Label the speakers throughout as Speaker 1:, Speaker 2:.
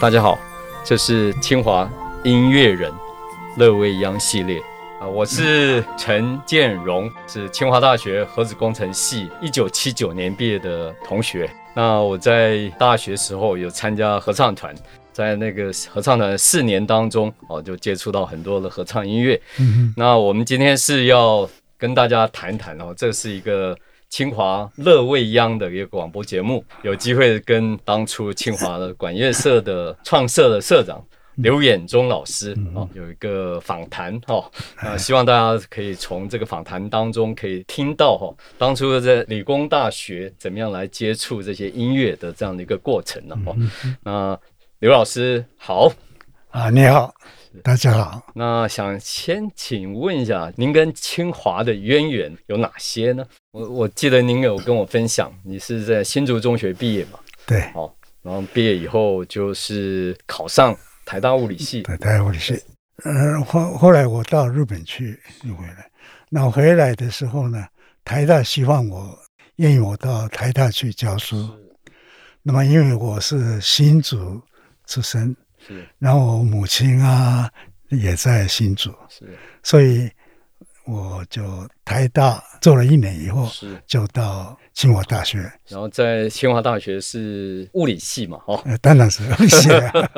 Speaker 1: 大家好，这是清华音乐人乐未央系列啊、我是陈建荣，是清华大学核子工程系一九七九年毕业的同学。那我在大学时候有参加合唱团，在那个合唱团四年当中，哦，就接触到很多的合唱音乐。
Speaker 2: 嗯
Speaker 1: 那我们今天是要跟大家谈谈哦，这是一个清华乐未央的一个广播节目，有机会跟当初清华的管乐社的创社的社长。刘衍忠老师哦，有一个访谈哦，啊，希望大家可以从这个访谈当中可以听到哈、哦，当初在理工大学怎么样来接触这些音乐的这样的一个过程呢、哦。那刘老师好，
Speaker 2: 啊，你好，大家好。
Speaker 1: 那想先请问一下，您跟清华的渊源有哪些呢？我我记得您有跟我分享，你是在新竹中学毕业嘛？
Speaker 2: 对，
Speaker 1: 好，然后毕业以后就是考上台大物理系。
Speaker 2: 对，台湾是。呃，后后来我到日本去又回来，那我回来的时候呢，台大希望我愿意我到台大去教书。那么因为我是新竹出生，
Speaker 1: 是
Speaker 2: 然后我母亲啊也在新竹，
Speaker 1: 是
Speaker 2: 所以我就台大做了一年以后，
Speaker 1: 是，
Speaker 2: 就到清华大学，
Speaker 1: 然后在清华大学是物理系嘛？哦，
Speaker 2: 呃，当然是 理 解啊。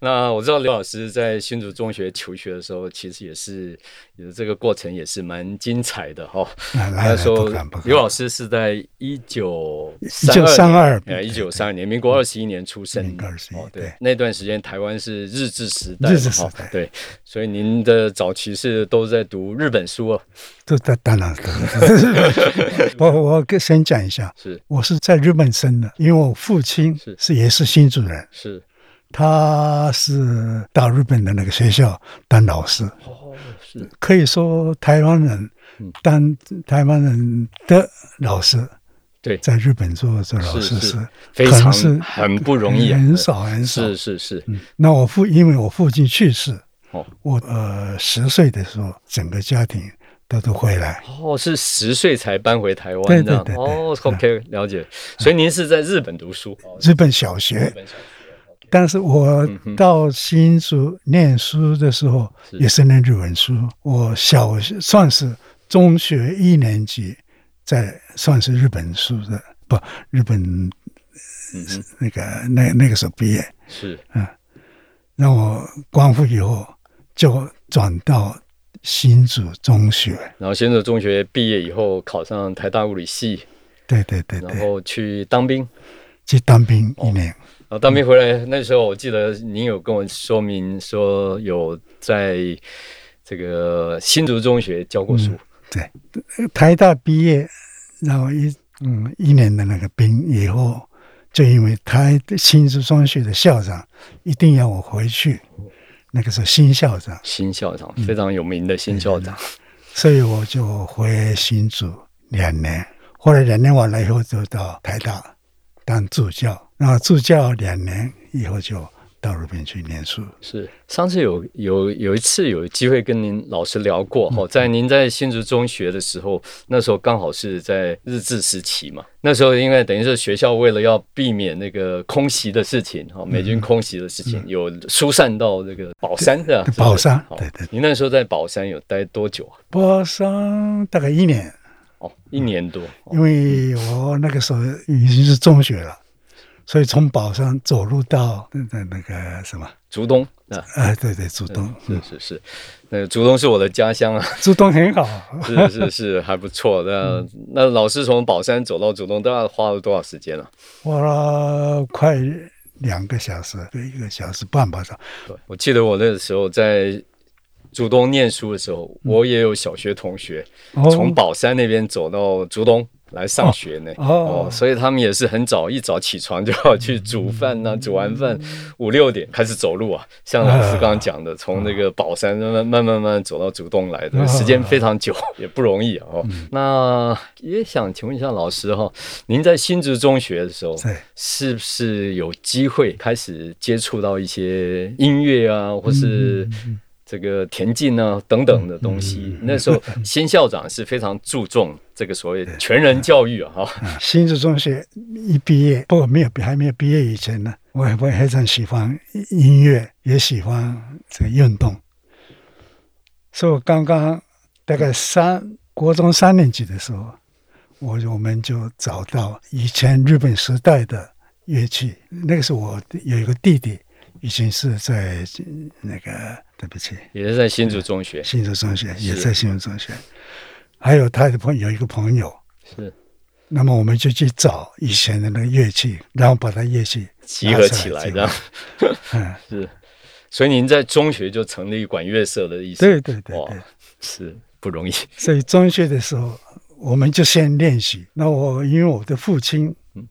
Speaker 1: 那我知道刘老师在新竹中学求学的时候，其实也是也这个过程也是蛮精彩的哈、哦。
Speaker 2: 来来
Speaker 1: 那时候
Speaker 2: 哎不敢不敢。
Speaker 1: 刘老师是在一九
Speaker 2: 1932
Speaker 1: 呃，一九三二年，民国二十一年出生，哦
Speaker 2: 嗯民国21对
Speaker 1: 那段时间台湾是日治时代嘛，
Speaker 2: 日治时代
Speaker 1: 哦对，所以您的早期是都在读日本书哦，
Speaker 2: 这当当然，当然 我我跟先讲一下，
Speaker 1: 是
Speaker 2: 我是在日本生的，因为我父亲
Speaker 1: 是
Speaker 2: 是也是新主人，
Speaker 1: 是
Speaker 2: 他是到日本的那个学校当老师，
Speaker 1: 哦是
Speaker 2: 可以说台湾人
Speaker 1: 嗯
Speaker 2: 当台湾人的老师，
Speaker 1: 对
Speaker 2: 在日本做做老
Speaker 1: 是
Speaker 2: 师
Speaker 1: 是
Speaker 2: 是
Speaker 1: 非
Speaker 2: 可能
Speaker 1: 常
Speaker 2: 是
Speaker 1: 很不容易啊，
Speaker 2: 很少很少。
Speaker 1: 是是是
Speaker 2: 嗯，那我父因为我父亲去世，
Speaker 1: 哦
Speaker 2: 我呃十岁的时候，整个家庭都都回来。
Speaker 1: 哦是十岁才搬回台湾
Speaker 2: 对
Speaker 1: 这样
Speaker 2: 对对啊对
Speaker 1: 哦 OK 了解，所以您是在日本读书，哦
Speaker 2: 日本小学
Speaker 1: 日，本小学
Speaker 2: 但是我到新竹念书的时候
Speaker 1: 是
Speaker 2: 也是念日文书。我小学算是中学一年级，在算是日本书的，不，日本
Speaker 1: 嗯哼
Speaker 2: 那个那那个时候毕业。
Speaker 1: 是
Speaker 2: 让我光复以后，就转到新竹中学。
Speaker 1: 然后先是中学毕业以后考上台大物理系，
Speaker 2: 对对对
Speaker 1: 然
Speaker 2: 对，
Speaker 1: 后去当兵。
Speaker 2: 去当兵一年。
Speaker 1: 然后当兵回来那时候，我记得您有跟我说明说有在这个新竹中学教过
Speaker 2: 嗯
Speaker 1: 书。
Speaker 2: 台大毕业，然后一嗯一年的那个兵以后，就因为台新竹中学的校长一定要我回去，那个时候新校长，
Speaker 1: 新校长
Speaker 2: 嗯
Speaker 1: 非常有名的新校长，
Speaker 2: 所以我就回新竹两年。后来两年完了以后，就到台大当助教，然后助教两年以后就到日本去念书。
Speaker 1: 是上次有有有一次有机会跟您老师聊过
Speaker 2: 嗯
Speaker 1: 哦，在您在新竹中学的时候，那时候刚好是在日治时期嘛，那时候因为等于是学校为了要避免那个空袭的事情哈，美军
Speaker 2: 嗯
Speaker 1: 空袭的事情，有疏散到这个宝山的
Speaker 2: 宝山对对
Speaker 1: 你那时候在宝山有待多久啊？
Speaker 2: 博上大概一年，
Speaker 1: 哦，一年多，哦
Speaker 2: 因为我那个时候已经是中学了，所以从宝山走路到那那那个什么，
Speaker 1: 竹东啊，
Speaker 2: 呃，对对，竹东，
Speaker 1: 是是是，那个竹东是我的家乡啊，
Speaker 2: 竹东很好，
Speaker 1: 是是是，还不错。那那老师从宝山走到竹东，大概花了多少时间了？啊
Speaker 2: 花了快两个小时，对，一个小时半吧，
Speaker 1: 对，我记得我那个时候在竹东念书的时候，我也有小学同学
Speaker 2: 哦
Speaker 1: 从宝山那边走到竹东来上学呢。
Speaker 2: 哦
Speaker 1: 所以他们也是很早，一早起床就要去煮饭
Speaker 2: 嗯
Speaker 1: 呐、煮完饭五六点开始走路啊。像老师刚刚讲的，从那个宝山慢慢慢慢慢慢走到竹东来的，
Speaker 2: 啊嗯
Speaker 1: 时间非常 久，也不容易啊哦。那也想请问一下老师哈、您在新竹中学的时候，
Speaker 2: 对，
Speaker 1: 是不是有机会开始接触到一些音乐啊，或是这个田径啊等等的东
Speaker 2: 嗯
Speaker 1: 西？那时候新校长是非常注重这个所谓 全人教育啊，哈，
Speaker 2: 新竹中学一毕业，不过没有毕还没有毕业以前呢，我我非常喜欢音乐，也喜欢这个运动。所以我刚刚大概三国中三年级的时候，我我们就找到以前日本时代的乐器。那个是我有一个弟弟，以前是在那个对不起，
Speaker 1: 也是在新竹中学，
Speaker 2: 新竹中学，
Speaker 1: 是
Speaker 2: 也在新竹中学。还有他的朋友有一个朋友，
Speaker 1: 是
Speaker 2: 那么我们就去找以前的那个乐器，然后把它乐器
Speaker 1: 集合起来
Speaker 2: 拿出
Speaker 1: 的，
Speaker 2: 嗯，
Speaker 1: 是。所以您在中学就成立管乐社的意思，
Speaker 2: 对对对
Speaker 1: 哇
Speaker 2: 对。
Speaker 1: 是不容易，
Speaker 2: 所以中学的时候，我们就先练习。那我因为我的父亲，
Speaker 1: 嗯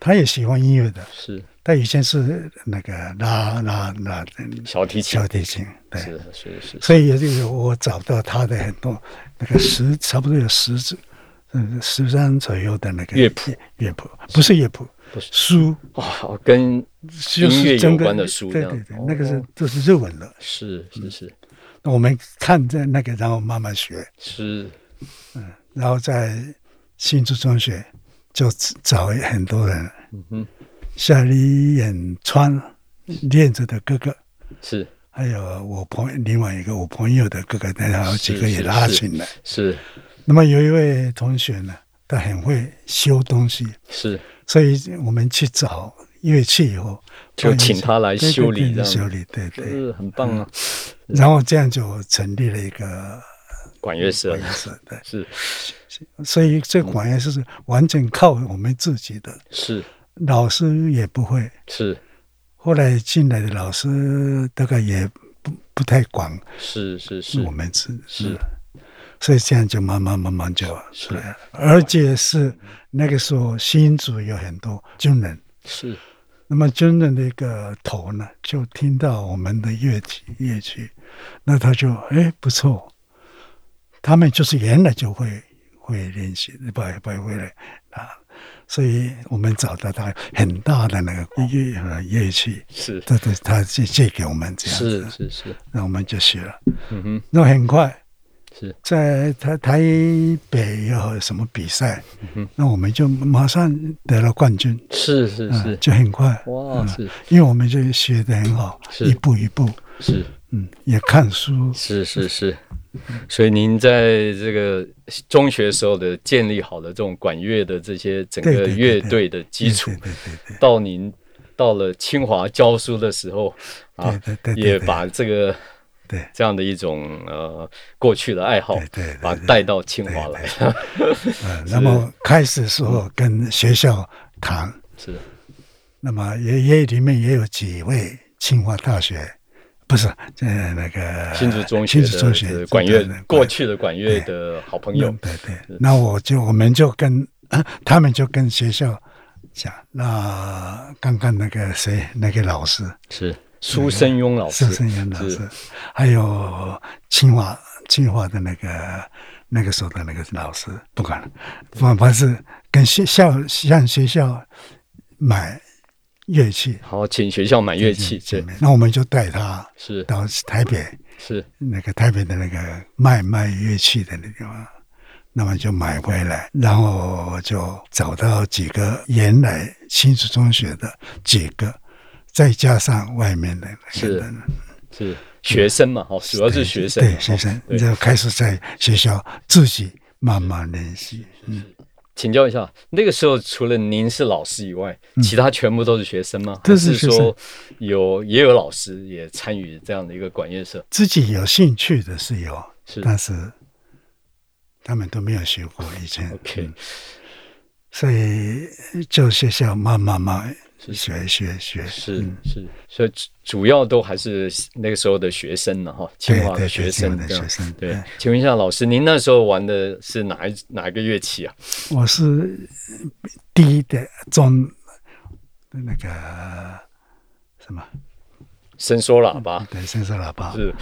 Speaker 2: 他也喜欢音乐的，
Speaker 1: 是
Speaker 2: 他以前是那个拉拉拉嗯
Speaker 1: 小提琴
Speaker 2: 小，提琴，对，
Speaker 1: 是是是，
Speaker 2: 所以也就是我找到他的很多那个十差不多有十支，嗯，十张左右的那个
Speaker 1: 乐谱
Speaker 2: 乐谱不是乐谱，
Speaker 1: 不是
Speaker 2: 书
Speaker 1: 哇，跟
Speaker 2: 就是
Speaker 1: 音乐有
Speaker 2: 真的
Speaker 1: 关的书
Speaker 2: 对
Speaker 1: 这样
Speaker 2: 对对
Speaker 1: 哦，
Speaker 2: 那个是都是日文的，
Speaker 1: 是是是
Speaker 2: 我们看着那个，然后慢慢学。
Speaker 1: 是
Speaker 2: 然后在新竹中学就找很多人，
Speaker 1: 嗯哼
Speaker 2: 像李远川练着的哥哥，
Speaker 1: 是
Speaker 2: 还有我朋友另外一个我朋友的哥哥，然后几个也拉琴的。
Speaker 1: 是
Speaker 2: 那么有一位同学呢，他很会修东西，
Speaker 1: 是，
Speaker 2: 所以我们去找乐器以后，
Speaker 1: 就请他来
Speaker 2: 对对
Speaker 1: 修理
Speaker 2: 对
Speaker 1: 这
Speaker 2: 修
Speaker 1: 样，
Speaker 2: 理，对对。
Speaker 1: 是很棒啊，
Speaker 2: 然后这样就成立了一个
Speaker 1: 管乐社
Speaker 2: 嗯管乐社，对。
Speaker 1: 是
Speaker 2: 所以这
Speaker 1: 嗯
Speaker 2: 管乐社是完全靠我们自己的，
Speaker 1: 是
Speaker 2: 老师也不会，
Speaker 1: 是
Speaker 2: 后来进来的老师大概也不不太管
Speaker 1: 是是是
Speaker 2: 嗯我，们是
Speaker 1: 是，
Speaker 2: 所以这样就慢慢慢慢就出来了。而且是那个时候新竹有很多军人，
Speaker 1: 是
Speaker 2: 那么军人的一个头呢，就听到我们的乐器乐器，那他就哎不错，他们就是原来就会会练习，不不会来啊，所以我们找到他很大的那个 乐乐器。
Speaker 1: 是
Speaker 2: 对对，他借借给我们这样子，
Speaker 1: 是是是，
Speaker 2: 那我们就学了。
Speaker 1: 嗯哼
Speaker 2: 那很快
Speaker 1: 是
Speaker 2: 在台台北有什么比赛，
Speaker 1: 嗯哼
Speaker 2: 那我们就马上得了冠军，
Speaker 1: 是是
Speaker 2: 嗯
Speaker 1: 是，
Speaker 2: 就很快，
Speaker 1: 哇是
Speaker 2: 因为我们就学得很好，
Speaker 1: 是
Speaker 2: 一步一步，
Speaker 1: 是。
Speaker 2: 嗯，也看书，
Speaker 1: 是是是，所以您在这个中学时候的建立好的这种管乐的这些整
Speaker 2: 对
Speaker 1: 个
Speaker 2: 对对
Speaker 1: 乐队的基础
Speaker 2: 对，对对对
Speaker 1: 到您到了清华教书的时候啊
Speaker 2: 对对对，对
Speaker 1: 也
Speaker 2: 对
Speaker 1: 把这个
Speaker 2: 对
Speaker 1: 这样的一种呃过去的爱好
Speaker 2: 对，对对
Speaker 1: 把它
Speaker 2: 对
Speaker 1: 带到清华来，
Speaker 2: 嗯那么开始的时候跟学校谈，
Speaker 1: 是
Speaker 2: 那么也也里面也有几位清华大学，不是，呃，那个
Speaker 1: 新竹中学
Speaker 2: 新竹中学
Speaker 1: 的管乐
Speaker 2: 对对对
Speaker 1: 过去的管乐的好朋友
Speaker 2: 嗯，对对，那我就我们就跟 他们就跟学校讲，那刚刚那个谁那个老师，
Speaker 1: 是苏生庸老师
Speaker 2: 寿，生元老
Speaker 1: 是
Speaker 2: 师，还有清华清华的那个那个时候的那个老师，不管了，反反是跟学校向学校买乐器，
Speaker 1: 好，请学校买乐器，对，
Speaker 2: 那我们就带他
Speaker 1: 是
Speaker 2: 到台北。
Speaker 1: 是
Speaker 2: 那个台北的那个卖卖乐器的那地方，那么就买回来，然后就找到几个原来新竹中学的几个，再加上外面的
Speaker 1: 是
Speaker 2: 人
Speaker 1: 是学生嘛，哈，主要是学生嘛，
Speaker 2: 对学生，
Speaker 1: 对
Speaker 2: 就开始在学校自己慢慢练习。嗯，
Speaker 1: 请教一下，那个时候除了您是老师以外，其他全部都是学生吗？
Speaker 2: 嗯都
Speaker 1: 还
Speaker 2: 是
Speaker 1: 是
Speaker 2: 学生
Speaker 1: 说有也有老师也参与这样的一个管乐社？
Speaker 2: 自己有兴趣的是有，
Speaker 1: 是
Speaker 2: 但是他们都没有学过以前。
Speaker 1: OK，
Speaker 2: 嗯所以就学校慢慢慢
Speaker 1: 是
Speaker 2: 学学学。
Speaker 1: 是
Speaker 2: 嗯
Speaker 1: 是，所以主主要都还是那个时候的学生了哈，清
Speaker 2: 对
Speaker 1: 华
Speaker 2: 对
Speaker 1: 的
Speaker 2: 对
Speaker 1: 学
Speaker 2: 清
Speaker 1: 生
Speaker 2: 华的
Speaker 1: 这样
Speaker 2: 学。生。
Speaker 1: 对
Speaker 2: 哎，
Speaker 1: 请问一下老师，您那时候玩的是哪一哪一个乐器啊？
Speaker 2: 我是低的中那个什么
Speaker 1: 伸缩喇叭
Speaker 2: 对伸缩喇叭，
Speaker 1: 啊是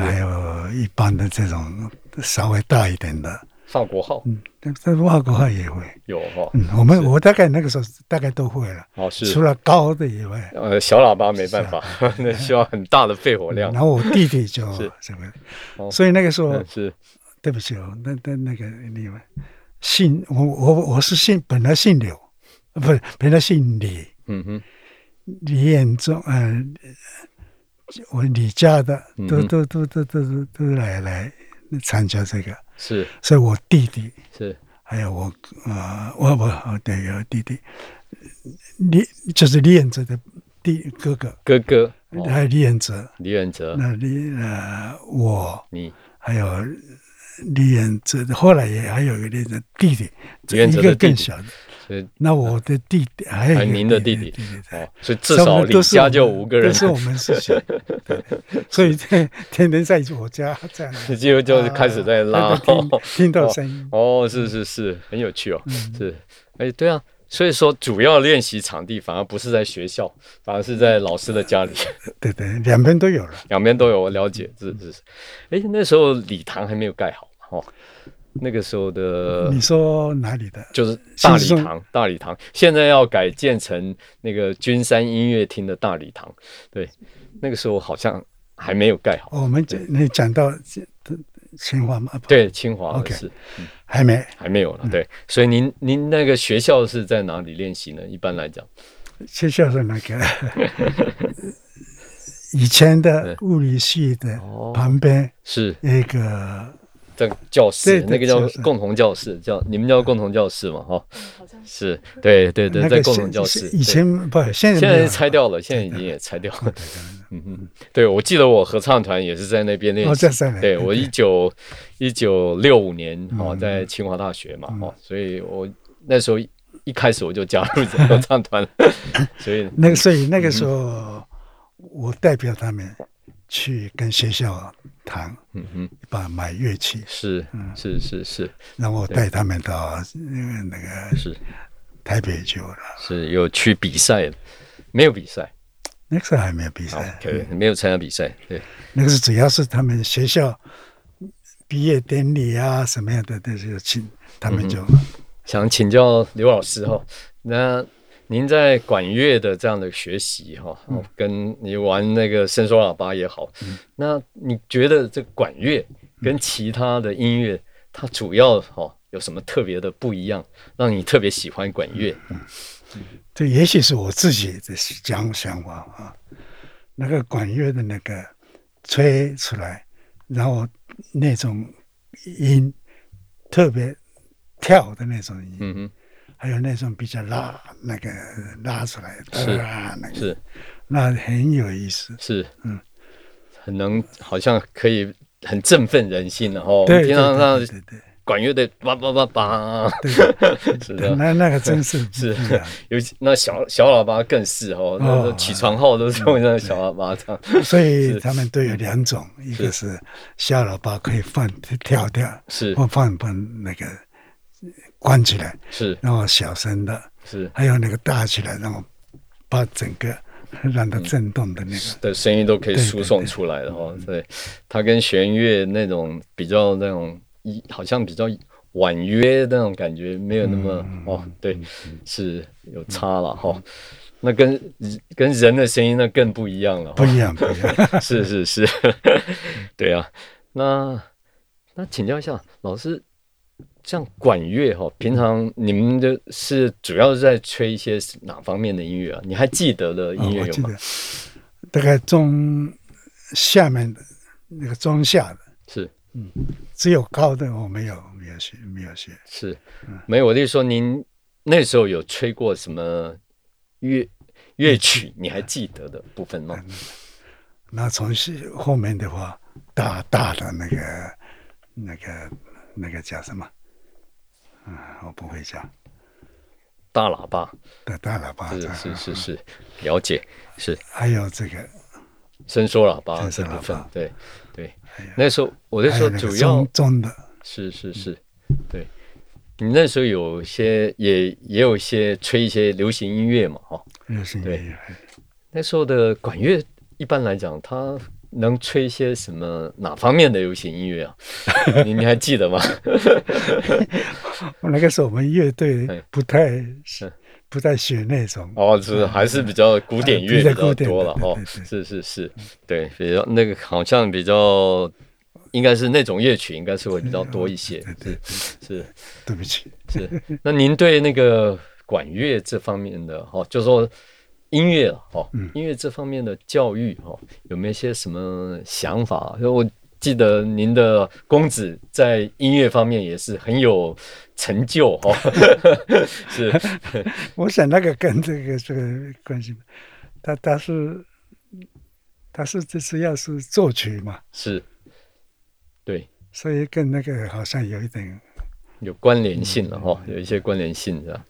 Speaker 2: 还有一般的这种稍微大一点的，
Speaker 1: 法国号，
Speaker 2: 嗯，但但外国话也会。
Speaker 1: 有哈，
Speaker 2: 嗯，我们我大概那个时候大概都会了，
Speaker 1: 哦是
Speaker 2: 除了啊高的以外，
Speaker 1: 呃小喇叭没办法， 那需要很大的肺活量
Speaker 2: 然。后我弟弟 就是什
Speaker 1: 哦
Speaker 2: 么，所以那个时候
Speaker 1: 嗯是
Speaker 2: 对不起哦，那那那个你们姓我我我是姓本来姓柳，呃不是本来姓李，
Speaker 1: 嗯哼
Speaker 2: 李彦忠，呃，我李家的
Speaker 1: 嗯
Speaker 2: 都
Speaker 1: 哼
Speaker 2: 都都都都都都来来参加这个，
Speaker 1: 是
Speaker 2: 所以我弟弟
Speaker 1: 是
Speaker 2: 还有哎我啊、我我哦对，有弟弟，李就是李彦哲的弟哥哥，
Speaker 1: 哥哥，哦
Speaker 2: 还有李彦哲，
Speaker 1: 李远哲，
Speaker 2: 那李呃我
Speaker 1: 你哦
Speaker 2: 还有李彦哲，后来也还有一个李的弟弟，
Speaker 1: 李彦哲
Speaker 2: 一
Speaker 1: 的
Speaker 2: 个
Speaker 1: 弟弟
Speaker 2: 更小的，
Speaker 1: 所以
Speaker 2: 那我的弟弟还有
Speaker 1: 还
Speaker 2: 一
Speaker 1: 有
Speaker 2: 个
Speaker 1: 您的弟
Speaker 2: 弟
Speaker 1: 弟
Speaker 2: 对对
Speaker 1: 哦，所以至少李
Speaker 2: 都是
Speaker 1: 家
Speaker 2: 我们
Speaker 1: 就五个人
Speaker 2: 都，是我哎们 事情，对所以天天天在我家这样，
Speaker 1: 就 就开始在拉
Speaker 2: 啊听嗯听到声音，
Speaker 1: 哦，是是是，很有趣哦，是，哎，对啊，所以说主要练习场地反而不是在学校，反而是在老师的家里，
Speaker 2: 对对，两边都有了。
Speaker 1: 两边都有，我了解，
Speaker 2: 嗯
Speaker 1: 是是是，哎，那时候礼堂还没有盖好嘛哦，那个时候的
Speaker 2: 你说哪里的？
Speaker 1: 就是大礼
Speaker 2: 嗯新生
Speaker 1: 堂，大礼堂现在要改建成那个君山音乐厅的大礼堂，对，那个时候好像还没有盖好，
Speaker 2: 哦我们讲你讲到清华吗？不，
Speaker 1: 对，清华
Speaker 2: OK 嗯
Speaker 1: 是。
Speaker 2: 还没。
Speaker 1: 还没有了，对，所以您您那个学校是在哪里练习呢？一般来讲，
Speaker 2: 学校是 那个以前的物理系的
Speaker 1: 哦
Speaker 2: 旁边
Speaker 1: 是
Speaker 2: 一个
Speaker 1: 在教室
Speaker 2: 对，对
Speaker 1: 那个叫
Speaker 2: 教室
Speaker 1: 共同教室，叫你们叫共同教室嘛，哈，是对对对，
Speaker 2: 那
Speaker 1: 在
Speaker 2: 个
Speaker 1: 共
Speaker 2: 是
Speaker 1: 同教室，对
Speaker 2: 以前不现在
Speaker 1: 现
Speaker 2: 没有
Speaker 1: 在
Speaker 2: 了
Speaker 1: 拆掉了，现在已经也拆掉了，嗯嗯，对我记得我合唱团也是在那边练
Speaker 2: 哦
Speaker 1: 习
Speaker 2: 在上海
Speaker 1: 对
Speaker 2: 对嗯
Speaker 1: 我一九一九六五年哦，在清华大学嘛，哦，所以我那时候一一开始我就加入 合唱团， 所以
Speaker 2: 那个所以
Speaker 1: 嗯
Speaker 2: 那个时候我代表他们去跟学校谈，
Speaker 1: 嗯哼，
Speaker 2: 把买乐器，
Speaker 1: 是
Speaker 2: 嗯
Speaker 1: 是是是
Speaker 2: 然后我带他们到呃那个
Speaker 1: 是
Speaker 2: 台北去了。
Speaker 1: 是有去比赛的，没有比赛
Speaker 2: 那个时候还没有比赛，
Speaker 1: ，OK，没有参加比赛，对。
Speaker 2: 那个是主要是他们学校毕业典礼啊什么样的这些请他们
Speaker 1: 嗯
Speaker 2: 就
Speaker 1: 想请教刘老师哈、那您在管乐的这样的学习哈、
Speaker 2: 嗯
Speaker 1: 哦，跟你玩那个伸缩喇叭也好，那你觉得这管乐跟其他的音乐，它主要哈、哦、有什么特别的不一样，让你特别喜欢管乐？
Speaker 2: 这也许是我自己的想想法啊。那个管乐的那个吹出来，然后那种音特别跳的那种音，
Speaker 1: 嗯哼，
Speaker 2: 还有那种比较拉那个拉出来，
Speaker 1: 是
Speaker 2: 啊，那个
Speaker 1: 是哦
Speaker 2: 那很有意思。
Speaker 1: 是，
Speaker 2: 嗯，
Speaker 1: 很能，好像可以很振奋人心的哦。
Speaker 2: 对对
Speaker 1: 平常
Speaker 2: 对
Speaker 1: 上
Speaker 2: 对对
Speaker 1: 管乐队叭叭叭叭， 是
Speaker 2: 对，
Speaker 1: 的。
Speaker 2: 那那个真是
Speaker 1: 是
Speaker 2: 不一样，
Speaker 1: 尤其那小小喇叭更是嗯哦，那那起床后都是用那小喇叭唱，
Speaker 2: 所以他们都有两种，一个是小喇叭可以放跳跳，
Speaker 1: 是
Speaker 2: 或放放那个关起来，
Speaker 1: 是
Speaker 2: 然后小声的，
Speaker 1: 是
Speaker 2: 还有那个大起来，然后把整个让它震动的那个。
Speaker 1: 的声音都可以
Speaker 2: 对对
Speaker 1: 输送出来的哦。对，它跟弦乐那种比较那种一好像比较婉约那种感觉没有那么哦，对，是有差了哈。那跟跟人的声音那更不一样了哦，
Speaker 2: 不一样，不一样。
Speaker 1: 是是是， 对啊。那那请教一下老师，像管乐哈、平常你们的是主要是在吹一些哪方面的音乐啊？你还记得的 音乐
Speaker 2: 哦我
Speaker 1: 有
Speaker 2: 记
Speaker 1: 吗？
Speaker 2: 得，大概中下面的那个中下的，
Speaker 1: 是
Speaker 2: 只有高的我没有没有学没有学。
Speaker 1: 是，
Speaker 2: 嗯
Speaker 1: 没有，我就说您那时候有吹过什么乐乐曲，你还记得的部分
Speaker 2: 嗯
Speaker 1: 吗？
Speaker 2: 那从西后面的话，大大的那个、那个、那个叫什么？啊，我不会讲。
Speaker 1: 大喇叭
Speaker 2: 大啊大喇叭
Speaker 1: 是
Speaker 2: 的，
Speaker 1: 是是是，了解是。
Speaker 2: 还有这个，
Speaker 1: 伸缩喇叭
Speaker 2: 伸
Speaker 1: 这
Speaker 2: 缩
Speaker 1: 部
Speaker 2: 喇
Speaker 1: 分
Speaker 2: 叭，哎
Speaker 1: 对对，那时候我就
Speaker 2: 还
Speaker 1: 说
Speaker 2: 有那
Speaker 1: 主
Speaker 2: 个
Speaker 1: 要
Speaker 2: 中中的，
Speaker 1: 是
Speaker 2: 嗯
Speaker 1: 是是，对。你那时候有些也也有一些吹一些流行音乐嘛，哦，
Speaker 2: 又是
Speaker 1: 对
Speaker 2: 也还
Speaker 1: 那时候的管乐一般来讲，它能吹一些什么哪方面的流行音乐啊？ 你你还记得吗？
Speaker 2: 那个时候我们乐队
Speaker 1: 哎
Speaker 2: 不太
Speaker 1: 是
Speaker 2: 不太学那种，
Speaker 1: 嗯哦，是还是比较古典乐
Speaker 2: 比较
Speaker 1: 比较
Speaker 2: 古典
Speaker 1: 多
Speaker 2: 的
Speaker 1: 了
Speaker 2: 对
Speaker 1: 哦
Speaker 2: 对，对
Speaker 1: 是是是，对，比较那个好像比较应该是那种乐曲应该是会比较多一些，
Speaker 2: 对对，对
Speaker 1: 是。
Speaker 2: 对不起，
Speaker 1: 是，那您对那个管乐这方面的，哦，就说音乐哦，
Speaker 2: 嗯
Speaker 1: 音乐这方面的教育哦，有没有一些什么想法？因为我记得您的公子在音乐方面也是很有成就哦， 是
Speaker 2: 我想那个跟这个这个关系，他他是他是这次要是作曲嘛，
Speaker 1: 是，对，
Speaker 2: 所以跟那个好像有一点，
Speaker 1: 有关联性
Speaker 2: 嗯
Speaker 1: 了哦，有一些关联性的，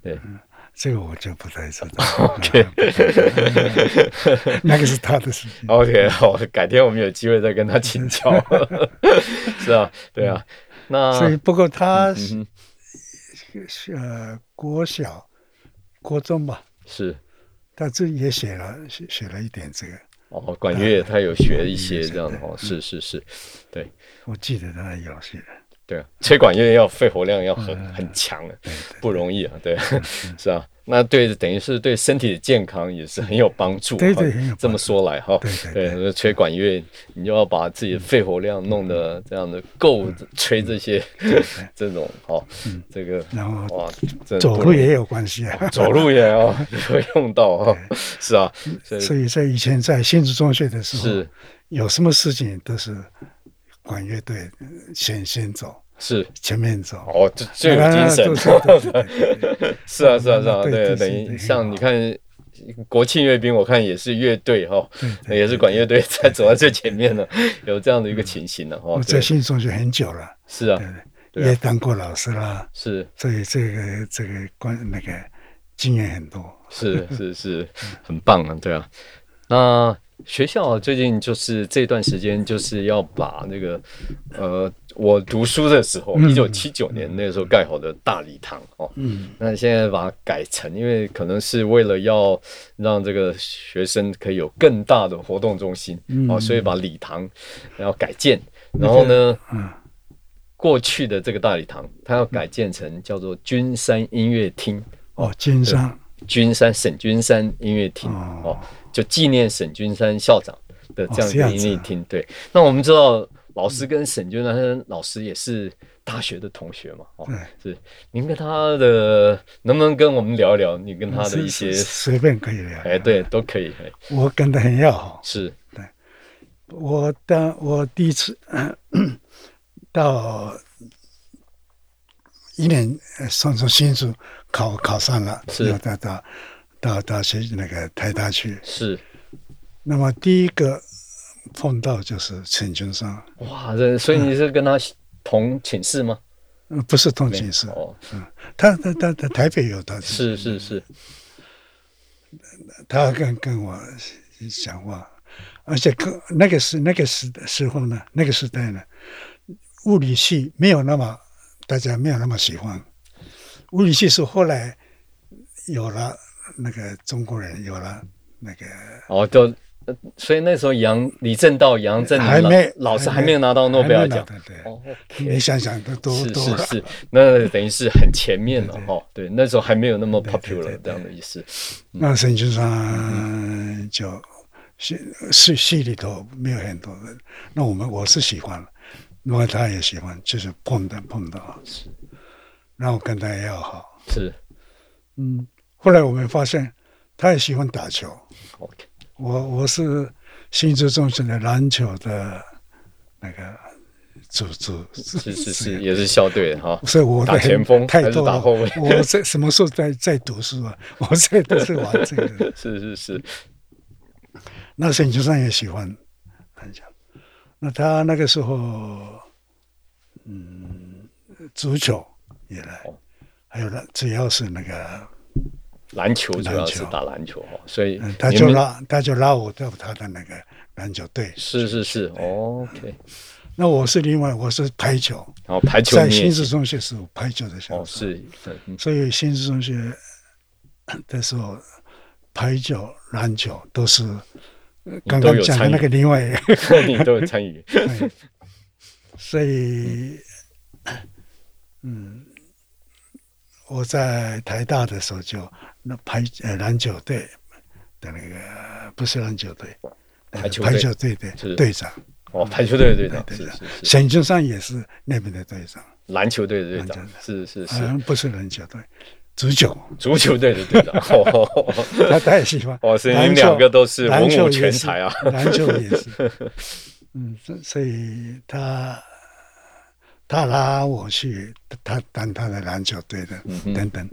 Speaker 1: 对，
Speaker 2: 这个我就不太知 道。 那个是他的事情。
Speaker 1: OK，好，改天我们有机会再跟他请教。 是啊，对 啊，那
Speaker 2: 嗯所以不过他
Speaker 1: 嗯哼
Speaker 2: 是呃国小、国中吧，
Speaker 1: 是
Speaker 2: 他自己也写了写写了一点这个，
Speaker 1: 哦，管乐他有学一
Speaker 2: 嗯
Speaker 1: 些
Speaker 2: 是
Speaker 1: 这样的
Speaker 2: 对
Speaker 1: 哦，是是是，对
Speaker 2: 我记得他有写的。
Speaker 1: 对啊，吹管乐要肺活量要很
Speaker 2: 嗯
Speaker 1: 很强的，不容易啊，对， 是啊，那对等于是对身体的健康也是很有帮助，
Speaker 2: 对
Speaker 1: 哈
Speaker 2: 对很有
Speaker 1: 这
Speaker 2: 帮
Speaker 1: 么说来哈，
Speaker 2: 对对对
Speaker 1: 对，吹管乐你就要把自己的肺活量弄得这样的够吹这些
Speaker 2: 嗯
Speaker 1: 这种哦，这个
Speaker 2: 然后
Speaker 1: 哇，真的
Speaker 2: 嗯走
Speaker 1: 不
Speaker 2: 路
Speaker 1: 容易
Speaker 2: 也有关系啊。
Speaker 1: 哦走 路也要 也会用到哦，是啊，所以
Speaker 2: 所以在以前在新竹中学的时候
Speaker 1: 是，
Speaker 2: 有什么事情都是管乐队呃先先走，
Speaker 1: 是
Speaker 2: 前面走，啊
Speaker 1: 哦，这最有精神 哦
Speaker 2: 都，是对对对对对
Speaker 1: 是啊，是啊，是啊，对，
Speaker 2: 对对
Speaker 1: 等
Speaker 2: 对
Speaker 1: 于
Speaker 2: 对
Speaker 1: 像你看国庆阅兵，我看也是乐队哈，
Speaker 2: 对 嗯哦
Speaker 1: 也是管乐队在走在最前面的， 有这样的一个情形的哈
Speaker 2: 我。
Speaker 1: 对
Speaker 2: 在，新竹中学很久了，
Speaker 1: 是啊，对啊
Speaker 2: 也当过老师啦，
Speaker 1: 是
Speaker 2: 所以这个这个关那个经验很多。
Speaker 1: 是是是，很棒啊，对啊。那学校最近就是这段时间就是要把那个呃，我读书的时候，一九七九年那个时候盖好的大礼堂哦，
Speaker 2: 嗯，
Speaker 1: 那现在把它改成，因为可能是为了要让这个学生可以有更大的活动中心，
Speaker 2: 嗯
Speaker 1: 哦，所以把礼堂然后改建，然后呢，
Speaker 2: 嗯
Speaker 1: 过去的这个大礼堂，它要改建成叫做君山音乐厅，
Speaker 2: 哦，经商
Speaker 1: 君山沈君山音乐厅，哦
Speaker 2: 哦，
Speaker 1: 就纪念沈君山校长的这样一
Speaker 2: 哦这样
Speaker 1: 个
Speaker 2: 子啊
Speaker 1: 音乐厅。对，那我们知道老师跟沈君山老师也是大学的同学嘛，哦，
Speaker 2: 对，
Speaker 1: 是，您跟他的能不能跟我们聊一聊你跟他的
Speaker 2: 嗯是
Speaker 1: 一些
Speaker 2: 是，随便可以聊。
Speaker 1: 哎，对，都可以，哎
Speaker 2: 我跟他很要好。
Speaker 1: 是
Speaker 2: 我当我第一次 到一年呃上从新竹考考上了，
Speaker 1: 是
Speaker 2: 要到到到到学那个台大去。
Speaker 1: 是，
Speaker 2: 那么第一个碰到就是陈君山，
Speaker 1: 哇，这所以你是跟他同寝室吗？
Speaker 2: 呃不是同寝室，
Speaker 1: 哦，
Speaker 2: 他他他他台北有他，
Speaker 1: 是是是，
Speaker 2: 他跟跟我讲话，而且跟那个时那个时时候呢，那个时代呢，物理系没有那么大家没有那么喜欢，物理系是后来有了那个中国人有了那个
Speaker 1: 哦，就。呃所以那时候杨李政道、杨振宁
Speaker 2: 还
Speaker 1: 老
Speaker 2: 没
Speaker 1: 老师
Speaker 2: 还
Speaker 1: 还
Speaker 2: 没
Speaker 1: 没有拿到诺贝尔
Speaker 2: 还没
Speaker 1: 奖
Speaker 2: 拿，到对，
Speaker 1: 哦，OK，
Speaker 2: 你想想都都
Speaker 1: 是
Speaker 2: 都
Speaker 1: 是是，那等于是很前面了
Speaker 2: 对
Speaker 1: 哈。对，那时候还没有那么
Speaker 2: 对对
Speaker 1: popular
Speaker 2: 对
Speaker 1: 这样的意思。
Speaker 2: 那沈君山就戏戏戏里头没有很多人，那我们我是喜欢了，那么他也喜欢，就是碰到碰到，然后跟他要好。
Speaker 1: 是
Speaker 2: 嗯，后来我们发现他也喜欢打球，
Speaker 1: ，OK，
Speaker 2: 我我是新竹中学的篮球的那个组组，
Speaker 1: 是是
Speaker 2: 啊
Speaker 1: 是，也是校队的哈。
Speaker 2: 所以我的
Speaker 1: 打前锋
Speaker 2: 太
Speaker 1: 还是
Speaker 2: 多
Speaker 1: 打
Speaker 2: 了
Speaker 1: 后卫
Speaker 2: 我在什么时候在在读书啊？我在都是玩这个。
Speaker 1: 是是是，
Speaker 2: 那沈秋山也喜欢很讲。那他那个时候，嗯，足球也来
Speaker 1: 哦，
Speaker 2: 还有呢，只要是那个，
Speaker 1: 篮球主要
Speaker 2: 篮
Speaker 1: 是
Speaker 2: 球
Speaker 1: 打篮球哈，所以
Speaker 2: 嗯他
Speaker 1: 你
Speaker 2: 就
Speaker 1: 们
Speaker 2: 拉他就拉我到他的那个篮球队。
Speaker 1: 是是是，OK。哦
Speaker 2: 那我是另外，我是排球，
Speaker 1: 然后排球
Speaker 2: 在
Speaker 1: 你
Speaker 2: 新
Speaker 1: 也
Speaker 2: 竹中学是我排球的校
Speaker 1: 哦
Speaker 2: 长，
Speaker 1: 是，嗯
Speaker 2: 所以新竹中学的时候，排球、篮球都是呃刚
Speaker 1: 都
Speaker 2: 刚
Speaker 1: 有
Speaker 2: 讲的
Speaker 1: 参与
Speaker 2: 那个另外一个
Speaker 1: 嗯你都有参与，
Speaker 2: 对，所以，嗯，我在台大的时候就那排呃篮球队的那个不是篮球队，呃
Speaker 1: 排球队
Speaker 2: 排球队的
Speaker 1: 是
Speaker 2: 队长，
Speaker 1: 哦，排球队的队长
Speaker 2: 对
Speaker 1: 是
Speaker 2: 对
Speaker 1: 是是，
Speaker 2: 沈俊山也是那边的队长，
Speaker 1: 篮球队的队
Speaker 2: 篮
Speaker 1: 长
Speaker 2: 球
Speaker 1: 是
Speaker 2: 嗯
Speaker 1: 是
Speaker 2: 好
Speaker 1: 是，
Speaker 2: 像不是篮球队，足球，
Speaker 1: 足球队的 队长。哦。
Speaker 2: 他太喜欢
Speaker 1: 哇塞，你
Speaker 2: 篮
Speaker 1: 们
Speaker 2: 球
Speaker 1: 两个都是文
Speaker 2: 篮
Speaker 1: 武
Speaker 2: 球也
Speaker 1: 全
Speaker 2: 是
Speaker 1: 才啊！
Speaker 2: 篮球也 是。嗯，所所以他他拉我去，他当他的篮球队的、
Speaker 1: 嗯哼
Speaker 2: 等等。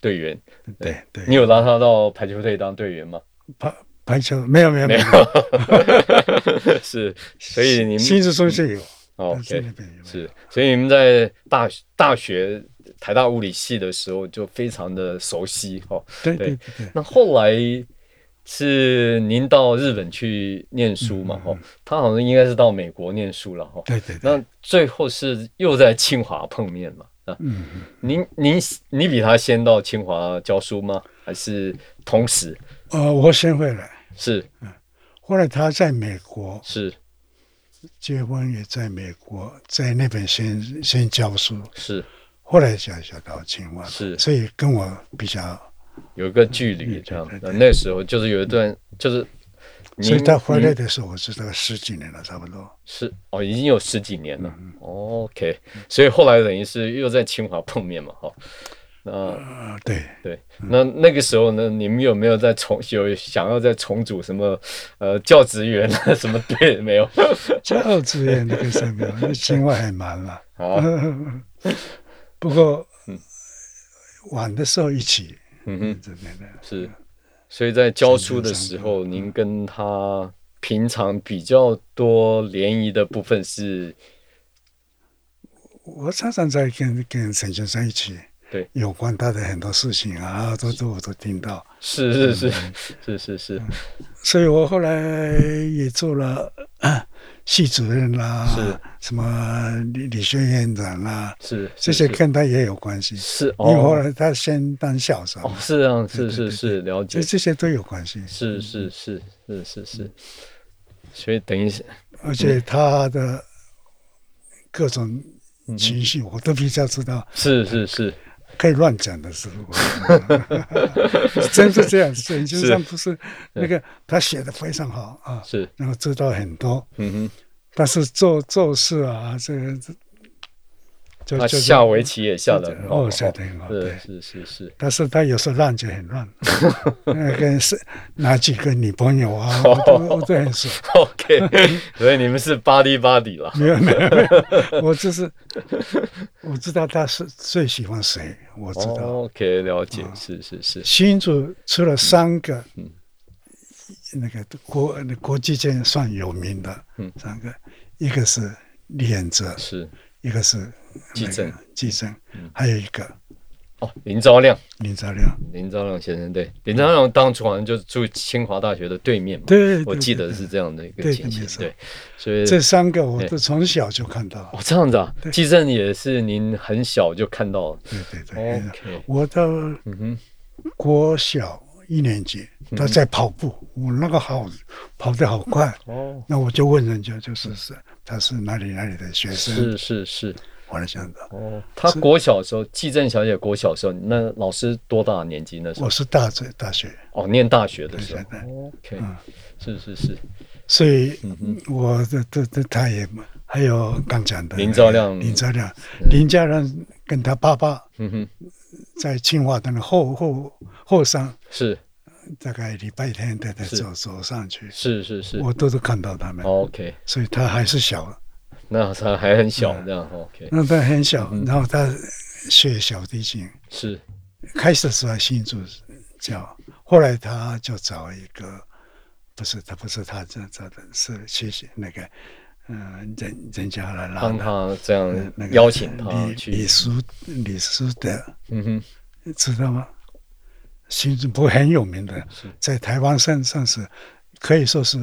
Speaker 1: 队员，
Speaker 2: 对对，
Speaker 1: 你有拉他到排球队当队员吗？
Speaker 2: 排排球没有没有
Speaker 1: 没
Speaker 2: 没
Speaker 1: 有
Speaker 2: 有，，
Speaker 1: 是，所以你们嗯哦
Speaker 2: 新竹中学有，但是
Speaker 1: OK
Speaker 2: 那边有
Speaker 1: 是，所以你们在大学大学台大物理系的时候就非常的熟悉哦。
Speaker 2: 对
Speaker 1: 对
Speaker 2: 对对对，
Speaker 1: 那后来是您到日本去念书
Speaker 2: 嗯
Speaker 1: 嘛？哦，他好像应该是到美国念书了哈。哦
Speaker 2: 对对对，
Speaker 1: 那最后是又在清华碰面嘛？啊，
Speaker 2: 嗯，
Speaker 1: 您您你比他先到清华教书吗？还是同时？
Speaker 2: 呃，我先回来，
Speaker 1: 是
Speaker 2: 后来他在美国
Speaker 1: 是
Speaker 2: 结婚，也在美国，在那边先先教书，
Speaker 1: 是，
Speaker 2: 后来才才到清华，
Speaker 1: 是
Speaker 2: 所以跟我比较，
Speaker 1: 有一个距离
Speaker 2: 嗯
Speaker 1: 这样
Speaker 2: 对。对
Speaker 1: 那那时候就是有一段，就是
Speaker 2: 所以
Speaker 1: 您
Speaker 2: 他回
Speaker 1: 您
Speaker 2: 来的时候，我知道十几年了，差不多。
Speaker 1: 是哦，已经有十几年了。OK，所哦以后来等于是又在清华碰面嘛，哈、那
Speaker 2: 呃，对，
Speaker 1: 对，那那个时候呢，你们有没有在重有想要再重组什么呃教职员啊什么 队没有？
Speaker 2: 这二志愿那个什么，清华还蛮了。
Speaker 1: 啊，
Speaker 2: 不过
Speaker 1: 嗯，
Speaker 2: 晚的时候一起，
Speaker 1: 嗯哼，
Speaker 2: 这边的
Speaker 1: 是，所以在教书的时候，
Speaker 2: 嗯
Speaker 1: 您跟他平常比较多联谊的部分是
Speaker 2: 我常常在跟跟沈先生一起，
Speaker 1: 对，
Speaker 2: 有关他的很多事情啊，都都我都听到，
Speaker 1: 是是是
Speaker 2: 嗯
Speaker 1: 是是是
Speaker 2: 所以我后来也做了、 啊系主任啦，
Speaker 1: 是
Speaker 2: 什么理理学院长啦，
Speaker 1: 是，
Speaker 2: 这
Speaker 1: 是
Speaker 2: 些跟他也有关系，
Speaker 1: 是
Speaker 2: 因为后
Speaker 1: 哦
Speaker 2: 来他先当校长
Speaker 1: 哦
Speaker 2: 嘛，
Speaker 1: 是啊是
Speaker 2: 对
Speaker 1: 是
Speaker 2: 对嗯
Speaker 1: 是了解
Speaker 2: 这。这些都有关系，
Speaker 1: 是是是是是
Speaker 2: 嗯
Speaker 1: 是，所以等于是
Speaker 2: 而且他的各种情绪我都比较知道。
Speaker 1: 是是是
Speaker 2: 可以乱讲的是， 真是这样。沈先生不是那个他写的非常好啊，
Speaker 1: 是，
Speaker 2: 然后知道很多，
Speaker 1: 嗯
Speaker 2: 但是做做事啊，这个这
Speaker 1: 哼，
Speaker 2: 就
Speaker 1: 他
Speaker 2: 就
Speaker 1: 下围棋也下的
Speaker 2: 哦下得很好，对
Speaker 1: 是。是是 是，
Speaker 2: 但是他有时候乱就很 乱，那跟是哪几个女朋友 啊，我都我都很熟。
Speaker 1: OK，所以 你们是巴黎巴黎了，
Speaker 2: 没有没有没有，我 就是我知道他是最喜欢谁，我知道。嗯
Speaker 1: 哦 OK，了解，是是是，
Speaker 2: 新竹除了三个，
Speaker 1: 嗯
Speaker 2: 那个国国际间算有名的，
Speaker 1: 嗯
Speaker 2: 三个，一个是李远哲，
Speaker 1: 是
Speaker 2: 一个是
Speaker 1: 季
Speaker 2: 那个
Speaker 1: 正，
Speaker 2: 季正，
Speaker 1: 嗯
Speaker 2: 还有一个
Speaker 1: 哦，林昭亮，
Speaker 2: 林兆亮，
Speaker 1: 林昭亮先生，对，林昭亮当初好像就住清华大学的对面嘛，
Speaker 2: 对，对
Speaker 1: 我记得。
Speaker 2: 对
Speaker 1: 是这样的一个
Speaker 2: 对
Speaker 1: 情
Speaker 2: 对
Speaker 1: 形，
Speaker 2: 没错
Speaker 1: 对，所以
Speaker 2: 这三个我都从小就看到
Speaker 1: 哦
Speaker 2: 了，
Speaker 1: 这样子啊，
Speaker 2: 对
Speaker 1: 季正也是您很小就看到了
Speaker 2: 对对对。
Speaker 1: ，OK，
Speaker 2: 我到
Speaker 1: 嗯哼，
Speaker 2: 国小一年级，
Speaker 1: 嗯
Speaker 2: 他在跑步，我那个好跑得好快，
Speaker 1: 哦。
Speaker 2: 那我就问人家，就是是他是哪里哪里的学生，
Speaker 1: 嗯是是是，
Speaker 2: 我才想到，
Speaker 1: 哦，他国小的时候，季正小姐国小的时候，那老师多大年纪那时候
Speaker 2: 我？是大学大学，
Speaker 1: 哦，念大学的时候
Speaker 2: 对对。
Speaker 1: OK，是
Speaker 2: 嗯
Speaker 1: 是是，
Speaker 2: 所以
Speaker 1: 嗯
Speaker 2: 我这这这他也还有刚讲的
Speaker 1: 林兆亮
Speaker 2: 林兆亮，林兆亮跟他爸爸
Speaker 1: 嗯哼，
Speaker 2: 在清华的那后后后山，
Speaker 1: 是
Speaker 2: 大概礼拜天带他
Speaker 1: 是
Speaker 2: 走走上去，
Speaker 1: 是哦是是。
Speaker 2: 我都是看到他们，
Speaker 1: OK，
Speaker 2: 所以他还是小，
Speaker 1: 那他还很小这样。OK，
Speaker 2: 嗯那他很小，
Speaker 1: 嗯
Speaker 2: 然后他学小提琴，
Speaker 1: 是
Speaker 2: 开始是在新竹教，后来他就找一个，不是他不是他这找的是谢谢那个，嗯、人人家来拉
Speaker 1: 帮
Speaker 2: 的。
Speaker 1: 他这样
Speaker 2: 那个
Speaker 1: 邀请他
Speaker 2: 李
Speaker 1: 去
Speaker 2: 李。叔李叔德，
Speaker 1: 嗯哼，
Speaker 2: 知道吗？新竹不很有名的
Speaker 1: 是，
Speaker 2: 在台湾算算是可以说是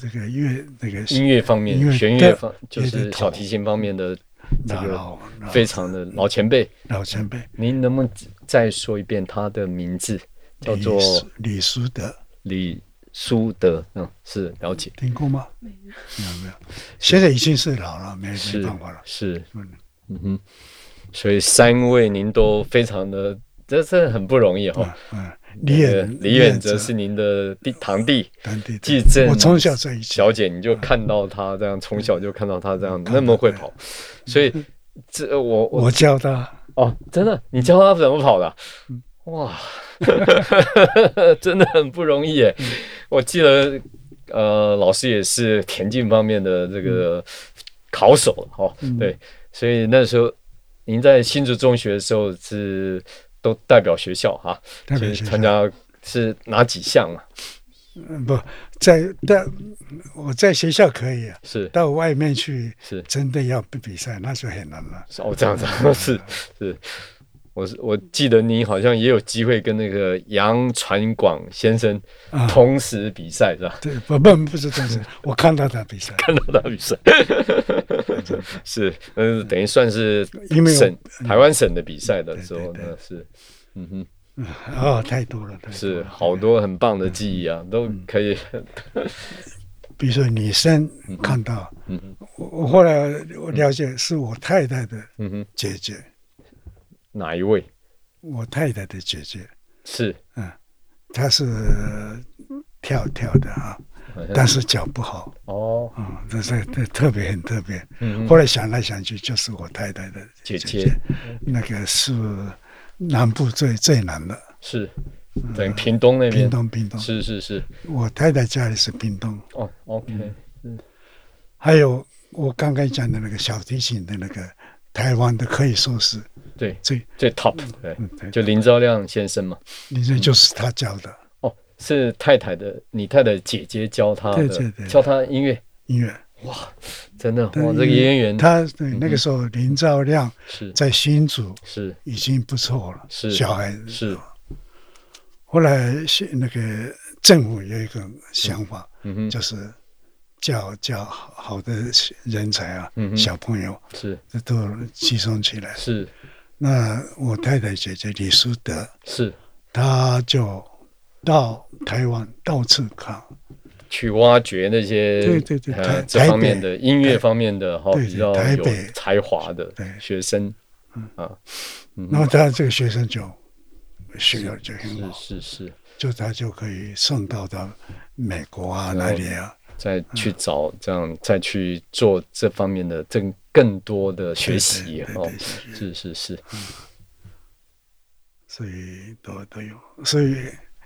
Speaker 2: 这个乐那个
Speaker 1: 音乐方
Speaker 2: 音
Speaker 1: 面，
Speaker 2: 乐
Speaker 1: 弦乐
Speaker 2: 的
Speaker 1: 方就
Speaker 2: 乐的
Speaker 1: 是
Speaker 2: 头
Speaker 1: 小提琴方面的这
Speaker 2: 老
Speaker 1: 个
Speaker 2: 老老
Speaker 1: 非常的老前辈。
Speaker 2: 老前辈，
Speaker 1: 您能不能再说一遍他的名字？叫
Speaker 2: 李
Speaker 1: 做
Speaker 2: 叔李叔德，
Speaker 1: 李苏德，嗯，是了解，
Speaker 2: 听过吗？没有没有，现在已经是老了，没没
Speaker 1: 是
Speaker 2: 办法了。
Speaker 1: 是，
Speaker 2: 嗯
Speaker 1: 嗯哼，所以三位您都非常的，这这很不容易哈、哦。
Speaker 2: 嗯，李
Speaker 1: 呃
Speaker 2: 远
Speaker 1: 李远哲是您的弟堂弟，
Speaker 2: 当地的
Speaker 1: 季正
Speaker 2: 我从小在一起，
Speaker 1: 小姐你就看到他 这样，从小就看到他这样那么会跑，所以这我我
Speaker 2: 我教他，
Speaker 1: 哦，真的，你教他怎么跑的啊？哇， 真的很不容易耶！
Speaker 2: 嗯
Speaker 1: 我记得，呃，老师也是田径方面的这
Speaker 2: 嗯
Speaker 1: 个考手哦，对，所以那时候您在新竹中学的时候是都代表学校哈、
Speaker 2: 代表
Speaker 1: 是
Speaker 2: 学校
Speaker 1: 参加是哪几项啊？
Speaker 2: 嗯不在在我在学校可以啊，
Speaker 1: 是
Speaker 2: 到外面去
Speaker 1: 是
Speaker 2: 真的要比比赛，那就很难了。
Speaker 1: 是哦，这样子 是是，我是我记得你好像也有机会跟那个杨传广先生
Speaker 2: 啊
Speaker 1: 同时比赛是吧？
Speaker 2: 对，不不不是真实，我看到他比赛，
Speaker 1: 看到他比赛， 是，嗯，等于算是
Speaker 2: 因为我嗯
Speaker 1: 省台湾省的比赛的时候
Speaker 2: 对对
Speaker 1: 呢，是，嗯哼，
Speaker 2: 嗯哦，太多了，太多了
Speaker 1: 是好。多很棒的记忆啊，
Speaker 2: 嗯
Speaker 1: 都可以，
Speaker 2: 比如说女生看到，
Speaker 1: 嗯哼，
Speaker 2: 我我后来我了解是我太太的
Speaker 1: 嗯哼，
Speaker 2: 姐姐，
Speaker 1: 哪一位
Speaker 2: 我太太的姐姐，
Speaker 1: 是？
Speaker 2: 她是跳跳的啊，
Speaker 1: 好像
Speaker 2: 但是脚不好
Speaker 1: 哦，
Speaker 2: 啊，这是这特别很特别。
Speaker 1: 嗯
Speaker 2: 后
Speaker 1: 哼，
Speaker 2: 来想来想去，就是我太太的
Speaker 1: 姐
Speaker 2: 姐
Speaker 1: 姐
Speaker 2: 那个是南部最最难的，
Speaker 1: 是，等屏东那
Speaker 2: 嗯屏
Speaker 1: 边，
Speaker 2: 东屏东。
Speaker 1: 是是是，
Speaker 2: 我太太家里是屏东，
Speaker 1: 哦，OK，
Speaker 2: 嗯还有我刚刚讲的那个小提琴的那个台湾的，可以说是
Speaker 1: 对，
Speaker 2: 最
Speaker 1: 最 top，对，
Speaker 2: 嗯对，
Speaker 1: 就林昭亮先生嘛，
Speaker 2: 你这就是他教的
Speaker 1: 哦，是太太的，你太太姐姐教他
Speaker 2: 对对
Speaker 1: 的，
Speaker 2: 对
Speaker 1: 教他音乐，
Speaker 2: 音乐。
Speaker 1: 真的，哇，
Speaker 2: 但
Speaker 1: 哦这个演员嗯
Speaker 2: 他对那个时候林兆亮
Speaker 1: 是
Speaker 2: 在新竹
Speaker 1: 是
Speaker 2: 已经不错了，
Speaker 1: 是
Speaker 2: 小孩子
Speaker 1: 是，
Speaker 2: 后来是那个政府有一个想法，
Speaker 1: 嗯哼，
Speaker 2: 就是叫叫好的人才啊，
Speaker 1: 嗯哼
Speaker 2: 小朋友
Speaker 1: 是
Speaker 2: 都集中起来。
Speaker 1: 是
Speaker 2: 那我太太姐姐李淑德，
Speaker 1: 是
Speaker 2: 她就到台湾到处看，
Speaker 1: 嗯去挖掘那些
Speaker 2: 对对对
Speaker 1: 呃
Speaker 2: 台
Speaker 1: 这方面的音乐方面的哈
Speaker 2: 对对
Speaker 1: 比较
Speaker 2: 台
Speaker 1: 有
Speaker 2: 北
Speaker 1: 才华的
Speaker 2: 对
Speaker 1: 学生
Speaker 2: 那么她这个学生就学的就很好，
Speaker 1: 是是是，
Speaker 2: 就她就可以送到到美国啊那里啊，
Speaker 1: 再去找这样再去做这方面的更更多的学习
Speaker 2: 对对对
Speaker 1: 哦
Speaker 2: 对，对
Speaker 1: 是是是
Speaker 2: 所以都都有，所以。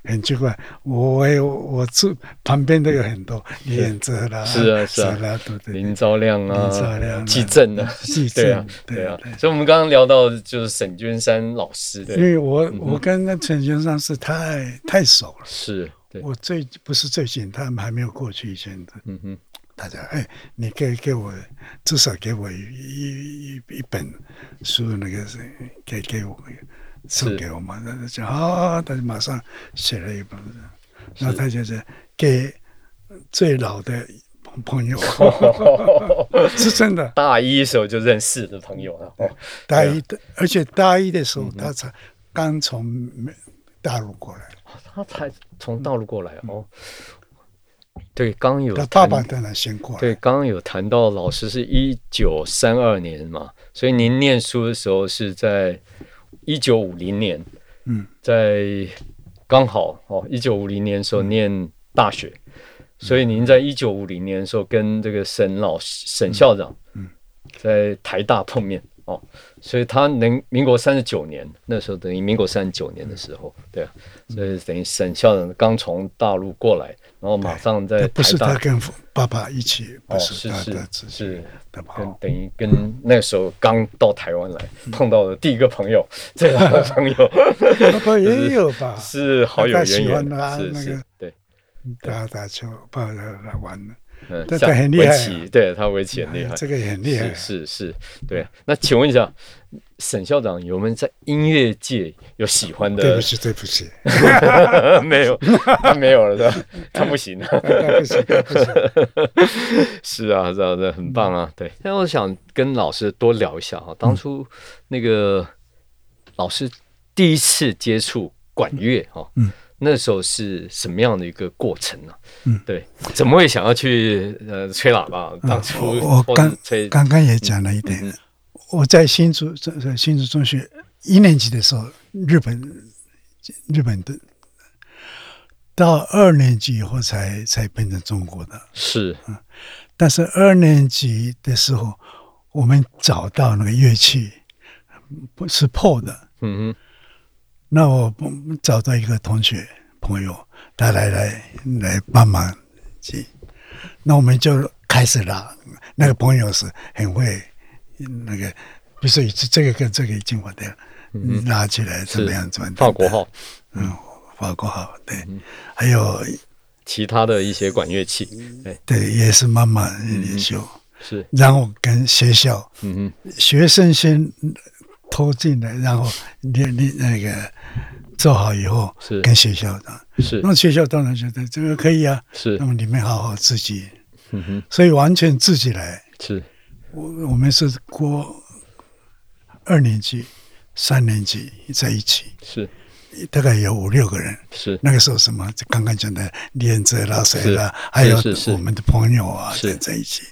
Speaker 2: 很奇怪，我我我住旁边都有很多演者啦，
Speaker 1: 是啊是啊
Speaker 2: 啥啦，对对，
Speaker 1: 林昭亮
Speaker 2: 林兆亮
Speaker 1: 啊
Speaker 2: 啊，
Speaker 1: 季正啊，
Speaker 2: 记
Speaker 1: 对啊对啊，所以我们刚刚聊到就是沈君山老师
Speaker 2: 因
Speaker 1: 对嗯
Speaker 2: 为我我跟那陈先生是太太熟了，
Speaker 1: 是对
Speaker 2: 我最不是最近，他们还没有过去以前的，
Speaker 1: 嗯哼
Speaker 2: 大家哎，你给给我至少给我一一一一本书，那个是给给我送给我嘛，那就讲啊，他就马上写了一本，然后他就是给最老的朋友，是真的。
Speaker 1: 大一的时候就认识的朋友了哦
Speaker 2: 大一的，而且大一的时候他才刚从美大陆过来，
Speaker 1: 他才从大陆过来哦。对，刚有
Speaker 2: 他爸爸
Speaker 1: 谈
Speaker 2: 当然先过来
Speaker 1: 对，，刚刚有谈到老师是一九三二年嘛，所以您念书的时候是在一九五零年，
Speaker 2: 嗯，
Speaker 1: 在刚好哦，一九五零年的时候念大学，
Speaker 2: 嗯
Speaker 1: 所以您在一九五零年的时候跟这个沈老师沈校长，
Speaker 2: 嗯，
Speaker 1: 在台大碰面哦，所以他能民国三十九年那时候等于民国三十九年的时候，
Speaker 2: 嗯
Speaker 1: 对啊，所以等于沈校长刚从大陆过来，然后马上在
Speaker 2: 他不是
Speaker 1: 呃台大
Speaker 2: 他跟爸爸一起，
Speaker 1: 哦，
Speaker 2: 不
Speaker 1: 是
Speaker 2: 他
Speaker 1: 是
Speaker 2: 的哦自己
Speaker 1: 是，
Speaker 2: 的吧？
Speaker 1: 跟等于跟那时候刚到台湾来
Speaker 2: 嗯
Speaker 1: 碰到的第一个朋友，最好的朋友
Speaker 2: 爸爸也有吧？
Speaker 1: 是好有
Speaker 2: 他
Speaker 1: 渊
Speaker 2: 喜欢
Speaker 1: 源，
Speaker 2: 他
Speaker 1: 是
Speaker 2: 那
Speaker 1: 是
Speaker 2: 个，
Speaker 1: 对，
Speaker 2: 打打球，爸爸来玩的，
Speaker 1: 嗯，
Speaker 2: 但
Speaker 1: 像
Speaker 2: 他很厉
Speaker 1: 围
Speaker 2: 害啊
Speaker 1: 棋对他围棋很厉害
Speaker 2: 哎，这个也很厉害。
Speaker 1: 是是是，对。那请问一下，沈校长有没有在音乐界有喜欢
Speaker 2: 对不
Speaker 1: 的？
Speaker 2: 起，对不起，
Speaker 1: 没有，他没有了，是吧？他不行了。
Speaker 2: 哎对不起，对不起。
Speaker 1: 是啊，是啊，这很
Speaker 2: 嗯
Speaker 1: 棒啊。对，那我想跟老师多聊一下哈、当初那个老师第一次接触管乐哈、
Speaker 2: 嗯，
Speaker 1: 那时候是什么样的一个过程呢、啊
Speaker 2: 嗯
Speaker 1: 对，怎么会想要去呃吹喇叭？当初嗯
Speaker 2: 我我
Speaker 1: 或
Speaker 2: 刚
Speaker 1: 者吹
Speaker 2: 刚刚也讲了一点，我在新竹这这新竹中学一年级的时候，日本日本的，到二年级以后才才变成中国的。
Speaker 1: 是
Speaker 2: 但是二年级的时候，我们找到那个乐器，不是破的。
Speaker 1: 嗯
Speaker 2: 那我找到一个同学朋友，他来来来帮忙去，那我们就开始了。那个朋友是很会那个，不是这个跟这个已经完掉了，拉起来怎么样怎么
Speaker 1: 哼嗯
Speaker 2: 样？，
Speaker 1: 法国号，嗯
Speaker 2: 嗯，法国号对，还有
Speaker 1: 其他的一些管乐器，哎，
Speaker 2: 对也是慢慢
Speaker 1: 嗯
Speaker 2: 研修，
Speaker 1: 是，
Speaker 2: 然后跟学校
Speaker 1: 嗯
Speaker 2: 学生先偷进来，然后练练那个做好以后
Speaker 1: 是，
Speaker 2: 跟学校的，
Speaker 1: 哼，是
Speaker 2: 那学校当然觉得这个可以啊，
Speaker 1: 是
Speaker 2: 那，么你们好好自己，
Speaker 1: 嗯哼，
Speaker 2: 所以完全自己来。
Speaker 1: 是，
Speaker 2: 我我们是国二年级、三年级在一起，
Speaker 1: 是
Speaker 2: 大概有五六个人。
Speaker 1: 是
Speaker 2: 那个时候什么，就刚刚讲的练者啦、谁啦，
Speaker 1: 是
Speaker 2: 还有
Speaker 1: 是是
Speaker 2: 我们的朋友啊，
Speaker 1: 是
Speaker 2: 在在一起。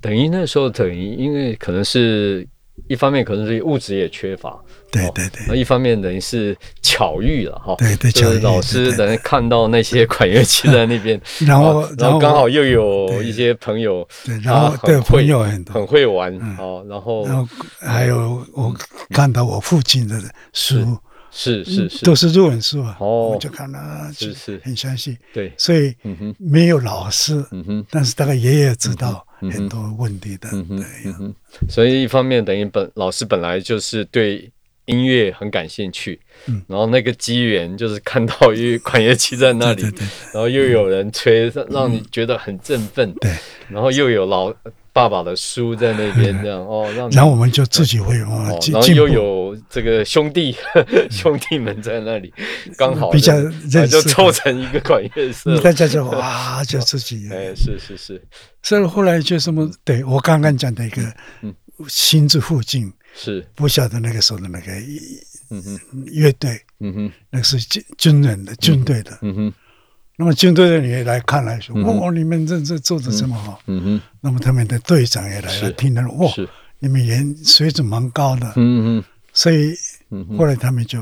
Speaker 1: 等于那时候等于因为可能是一方面可能是物质也缺乏，
Speaker 2: 对
Speaker 1: 哦
Speaker 2: 对对
Speaker 1: 那一方面等于是巧遇了哈，
Speaker 2: 对对
Speaker 1: 就是
Speaker 2: 巧遇
Speaker 1: 老
Speaker 2: 对
Speaker 1: 师
Speaker 2: 对
Speaker 1: 等于看到那些管乐器在那 边，
Speaker 2: 然后
Speaker 1: 啊然
Speaker 2: 然
Speaker 1: 后
Speaker 2: 后
Speaker 1: 刚好又有
Speaker 2: 对
Speaker 1: 一些朋友，
Speaker 2: 对然后
Speaker 1: 他很
Speaker 2: 对
Speaker 1: 会
Speaker 2: 朋友很多嗯
Speaker 1: 很会玩哦，然后
Speaker 2: 然后还有我看到我父亲的书，
Speaker 1: 是是是，
Speaker 2: 都是日文书啊，
Speaker 1: 哦
Speaker 2: 我就看了，
Speaker 1: 是是
Speaker 2: 很详细。
Speaker 1: 对，
Speaker 2: 所以
Speaker 1: 嗯哼
Speaker 2: 没有老师，
Speaker 1: 嗯哼。
Speaker 2: 但是大概爷爷知道
Speaker 1: 嗯哼
Speaker 2: 很多问题的。
Speaker 1: 嗯哼，
Speaker 2: 对
Speaker 1: 嗯哼，所以一方面等于本老师本来就是对音乐很感兴趣，
Speaker 2: 嗯
Speaker 1: 然后那个机缘就是看到一管乐器在那里，
Speaker 2: 对对对
Speaker 1: 然后又有人吹，让让你觉得很振奋，
Speaker 2: 嗯对，
Speaker 1: 然后又有老爸爸的书在那边这样 哦，让你
Speaker 2: 然后我们就自己会嘛
Speaker 1: 哦，
Speaker 2: 进
Speaker 1: 然后
Speaker 2: 进
Speaker 1: 又
Speaker 2: 步。嗯
Speaker 1: 有这个兄弟 兄弟们在那里，刚好
Speaker 2: 比较
Speaker 1: 就
Speaker 2: 认识嗯
Speaker 1: 啊就凑成一个管乐社，
Speaker 2: 大家 就哇，就自己。
Speaker 1: 哎，是是是
Speaker 2: 所以后来就什么，对我刚刚讲的一个
Speaker 1: 嗯，
Speaker 2: 新竹附近
Speaker 1: 是，
Speaker 2: 不晓得那个时候的那个
Speaker 1: 嗯哼，
Speaker 2: 乐队，
Speaker 1: 嗯哼，
Speaker 2: 那是军军人的军队的。
Speaker 1: 嗯哼，
Speaker 2: 那么军队的人也来看来说，
Speaker 1: 嗯哼
Speaker 2: 哇，你们这这做的这么好。
Speaker 1: 嗯哼，
Speaker 2: 那么他们的队长也来
Speaker 1: 是
Speaker 2: 了，听了哇，
Speaker 1: 是，
Speaker 2: 你们演水准蛮高的。
Speaker 1: 嗯哼，
Speaker 2: 所以
Speaker 1: 嗯哼，
Speaker 2: 后来他们就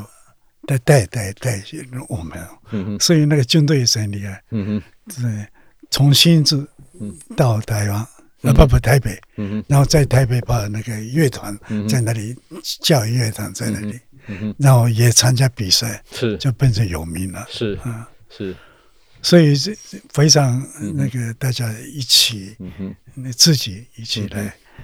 Speaker 2: 带带带带我们，啊
Speaker 1: 嗯哼，
Speaker 2: 所以那个军队也是很厉害。
Speaker 1: 嗯哼，
Speaker 2: 对，从新竹到台湾，呃、不不台北，
Speaker 1: 嗯哼，
Speaker 2: 然后在台北把那个乐团
Speaker 1: 嗯哼
Speaker 2: 在那里、教育乐团在那里，
Speaker 1: 嗯哼，
Speaker 2: 然后也参加比赛，
Speaker 1: 是
Speaker 2: 就变成有名了。
Speaker 1: 是
Speaker 2: 嗯，
Speaker 1: 是，
Speaker 2: 所以这这非常
Speaker 1: 嗯哼
Speaker 2: 那个大家一起，
Speaker 1: 嗯哼，
Speaker 2: 那自己一起来，
Speaker 1: 嗯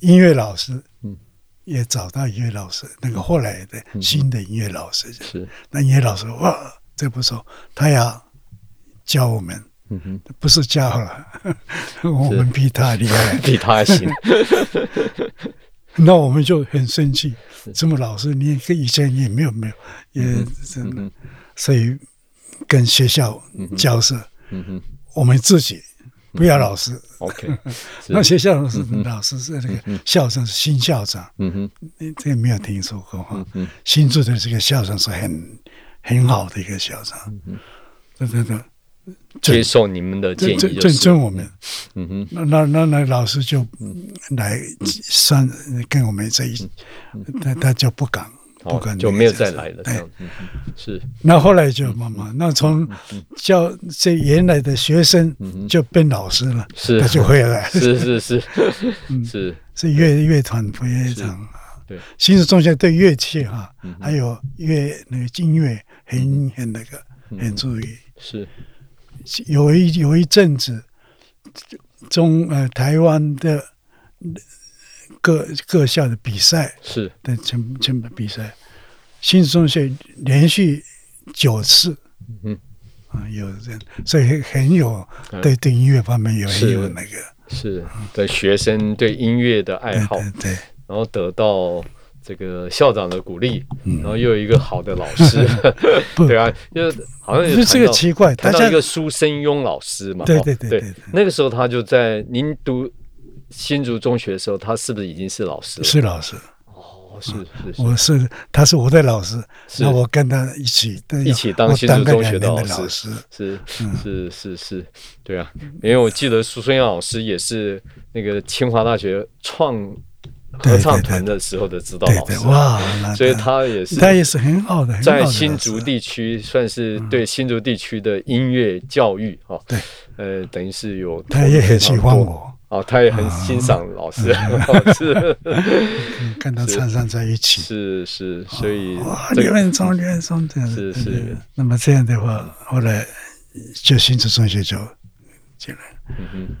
Speaker 2: 音乐老师
Speaker 1: 嗯。
Speaker 2: 也找到音乐老师，那个后来的新的音乐老师，
Speaker 1: 是，
Speaker 2: 那音乐老师哇，这不错，他要教我们，
Speaker 1: 嗯哼，
Speaker 2: 不是教了， 我们 比他厉害。
Speaker 1: 比他还行，
Speaker 2: 那我们就很生气，这么老师，你以前也没有没有，也真的，
Speaker 1: 嗯
Speaker 2: 所以跟学校交涉，
Speaker 1: 嗯哼
Speaker 2: 我们自己不要老师。
Speaker 1: ，OK，是
Speaker 2: 那学校老师，老师是那个校长是新校长，
Speaker 1: 嗯哼，
Speaker 2: 你这个没有听说过哈
Speaker 1: 嗯。
Speaker 2: 新竹的这个校长是很很好的一个校
Speaker 1: 嗯
Speaker 2: 长，对对对，
Speaker 1: 接受你们的建
Speaker 2: 尊
Speaker 1: 议
Speaker 2: 尊
Speaker 1: 就
Speaker 2: 尊
Speaker 1: 是，
Speaker 2: 重我们。
Speaker 1: 嗯哼，
Speaker 2: 那那那那老师就来算跟我们这一，他他就不敢不
Speaker 1: 好，
Speaker 2: 敢
Speaker 1: 嗯哦就没有再来了，这
Speaker 2: 对，
Speaker 1: 样，嗯哼 是，
Speaker 2: 那后来就慢慢，那
Speaker 1: 嗯
Speaker 2: 从教这原来的学生就变老师了，
Speaker 1: 是
Speaker 2: 他就回来，
Speaker 1: 是是是
Speaker 2: 嗯
Speaker 1: 是，
Speaker 2: 是乐乐团非常。
Speaker 1: 对，嗯
Speaker 2: 新竹中学对乐器哈，还有乐那个音乐很很那个很注
Speaker 1: 嗯
Speaker 2: 意。
Speaker 1: 是，
Speaker 2: 有一有一阵子，中呃台湾的各各校的比赛
Speaker 1: 是，
Speaker 2: 的全全部比赛，新竹中学连续九次，
Speaker 1: 嗯，
Speaker 2: 啊有这样，所以很有
Speaker 1: 嗯
Speaker 2: 对对音乐方面有很
Speaker 1: 是
Speaker 2: 有那个，
Speaker 1: 是，对学生对音乐的爱好，
Speaker 2: 对对
Speaker 1: 然后得到这个校长的鼓励，然后又有一个好的老师，
Speaker 2: 嗯 不
Speaker 1: 对啊，就是好像有
Speaker 2: 对，就这
Speaker 1: 谈
Speaker 2: 个
Speaker 1: 到
Speaker 2: 奇怪，大
Speaker 1: 谈到
Speaker 2: 家
Speaker 1: 一个苏生庸老师嘛，
Speaker 2: 对
Speaker 1: 哦
Speaker 2: 对对对对
Speaker 1: 那个时候他就在您读新竹中学的时候，他是不是已经是老师了？
Speaker 2: 是老师，
Speaker 1: 哦，是是是，
Speaker 2: 我是他是我的老师，
Speaker 1: 是
Speaker 2: 那我跟他一起对
Speaker 1: 一起当
Speaker 2: 我
Speaker 1: 新竹
Speaker 2: 个
Speaker 1: 中
Speaker 2: 两
Speaker 1: 学的
Speaker 2: 年
Speaker 1: 老
Speaker 2: 的
Speaker 1: 师
Speaker 2: 老师，嗯
Speaker 1: 是是是是，对啊，因为我记得苏生庸老师也是那个清华大学创合唱团的时候的指导
Speaker 2: 对
Speaker 1: 老
Speaker 2: 对
Speaker 1: 师，
Speaker 2: 哇，那
Speaker 1: 所以他也是
Speaker 2: 他也是很好的，很好的
Speaker 1: 在
Speaker 2: 老
Speaker 1: 新
Speaker 2: 师嗯
Speaker 1: 竹地区算是对新竹地区的音乐教育哈，
Speaker 2: 对，
Speaker 1: 呃，等于是有
Speaker 2: 他也
Speaker 1: 投入
Speaker 2: 很喜
Speaker 1: 非常
Speaker 2: 欢
Speaker 1: 多
Speaker 2: 我啊嗯
Speaker 1: 哦，他也很欣赏 老师，是
Speaker 2: 跟他常常在一起。
Speaker 1: 是是，所以
Speaker 2: 哇，
Speaker 1: 这
Speaker 2: 刘
Speaker 1: 个
Speaker 2: 仁忠，刘仁忠这样子。
Speaker 1: 是是
Speaker 2: 那么这样的话，后来就新竹中学就进来。
Speaker 1: 嗯哼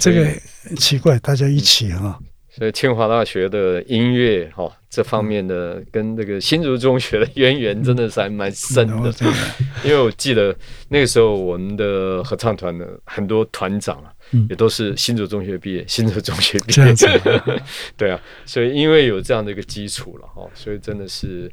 Speaker 2: 这个很奇怪，大家一起哦哈、
Speaker 1: 所以清华大学的音乐哈、哦、这方面的
Speaker 2: 嗯
Speaker 1: 跟这个新竹中学的渊源真的是还蛮深
Speaker 2: 然
Speaker 1: 的
Speaker 2: 后，这个
Speaker 1: 因为我记得那个时候我们的合唱团的很多团长啊，
Speaker 2: 嗯
Speaker 1: 也都是新竹中学毕业，新竹中学毕
Speaker 2: 这
Speaker 1: 业
Speaker 2: 样子，
Speaker 1: 对啊，所以因为有这样的一个基础了哈、哦，所以真的是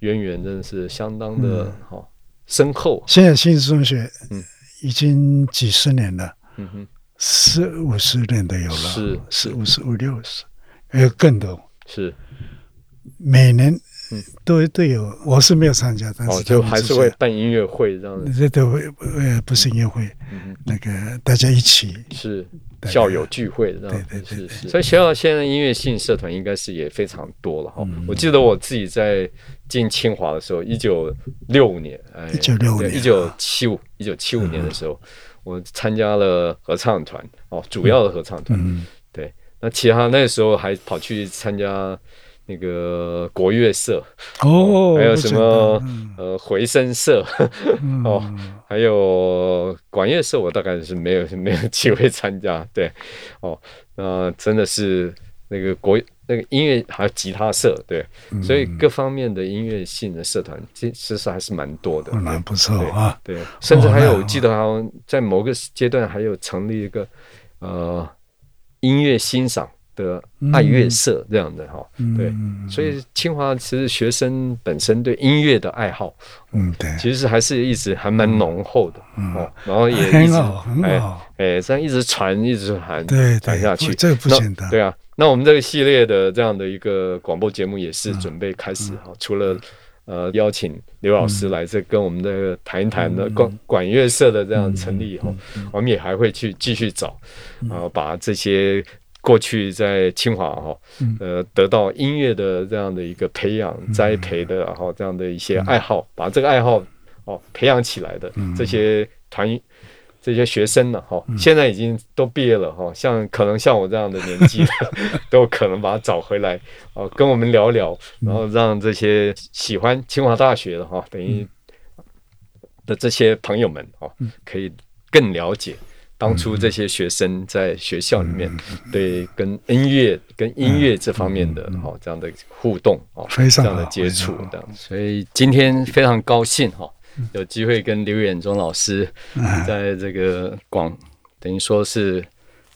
Speaker 1: 渊源真的是相当
Speaker 2: 嗯
Speaker 1: 的哈、哦、深厚，
Speaker 2: 现在新竹中学
Speaker 1: 嗯
Speaker 2: 已经几十年了，
Speaker 1: 嗯哼，
Speaker 2: 四五十年都有了，
Speaker 1: 是
Speaker 2: 四五十五六十，还有更多。
Speaker 1: 是
Speaker 2: 每年
Speaker 1: 嗯
Speaker 2: 都都有，我是没有参加，但
Speaker 1: 哦，
Speaker 2: 是
Speaker 1: 就
Speaker 2: 他们
Speaker 1: 还是
Speaker 2: 这些
Speaker 1: 会办音乐会这样子，
Speaker 2: 这都会呃不是音乐会，
Speaker 1: 嗯
Speaker 2: 那个大家一起
Speaker 1: 哼，是
Speaker 2: 对
Speaker 1: 校友聚会这样
Speaker 2: 对
Speaker 1: 子，
Speaker 2: 对对
Speaker 1: 是是。所以学校现在音乐性社团应该是也非常多了哈、
Speaker 2: 嗯
Speaker 1: 我记得我自己在进清华的时候，一九六五年，哎，
Speaker 2: 1965年
Speaker 1: 一九七五一九七五年的时候，我参加了合唱团哦，主要的合唱团、
Speaker 2: 嗯
Speaker 1: 对。那其他那时候还跑去参加那个国乐社，
Speaker 2: 哦，
Speaker 1: 还有
Speaker 2: 不
Speaker 1: 什
Speaker 2: 简单
Speaker 1: 么
Speaker 2: 嗯
Speaker 1: 呃回声社，
Speaker 2: 嗯
Speaker 1: 哦还有管乐社，我大概是没有 没有机会参加。对，哦，那真的是那个国那个音乐还有吉他社，对，
Speaker 2: 嗯
Speaker 1: 所以各方面的音乐性的社团其其实还是蛮多的。
Speaker 2: 蛮不错啊，
Speaker 1: 对，甚至还
Speaker 2: 哦那
Speaker 1: 有
Speaker 2: 好
Speaker 1: 我记得好像在某个阶段还有成立一个呃音乐欣赏的爱乐社这样的哈、
Speaker 2: 嗯
Speaker 1: 对，所以清华其实学生本身对音乐的爱好。
Speaker 2: 嗯对，
Speaker 1: 其实还是一直还蛮浓厚的、哦，然后也一
Speaker 2: 嗯很
Speaker 1: 直
Speaker 2: 好很
Speaker 1: 哎
Speaker 2: 好，
Speaker 1: 哎这样一直传一直传
Speaker 2: 对
Speaker 1: 传
Speaker 2: 对，
Speaker 1: 下去，
Speaker 2: 不这个不
Speaker 1: 那
Speaker 2: 简单，
Speaker 1: 对啊，那我们这个系列的这样的一个广播节目也
Speaker 2: 嗯
Speaker 1: 是准备开始哈、除了呃邀请刘老师来这跟我们的谈一谈
Speaker 2: 嗯
Speaker 1: 的管管乐社的这样成立以后，我们也还会去继续找，
Speaker 2: 嗯
Speaker 1: 啊，把这些。过去在清华哈，
Speaker 2: 嗯
Speaker 1: 呃，得到音乐的这样的一个培养、栽培的，然后这样的一
Speaker 2: 嗯
Speaker 1: 些爱好，把这个爱好哦培养起来的这些团这些学生呢，哈，现在已经都毕业了哈，像可能像我这样的年纪的，都有可能把它找回来哦，跟我们聊聊，然后让这些喜欢清华大学的哈，等于的这些朋友们哦，可以更了解当初这些学生在学校里面对跟音乐、跟音乐这方面的哦这样的互动哦，
Speaker 2: 非
Speaker 1: 这
Speaker 2: 常
Speaker 1: 样的
Speaker 2: 好
Speaker 1: 接
Speaker 2: 非
Speaker 1: 触
Speaker 2: 常好
Speaker 1: 的，嗯所以今天非常高兴哈、有机会跟刘远忠老师在这个广等于说是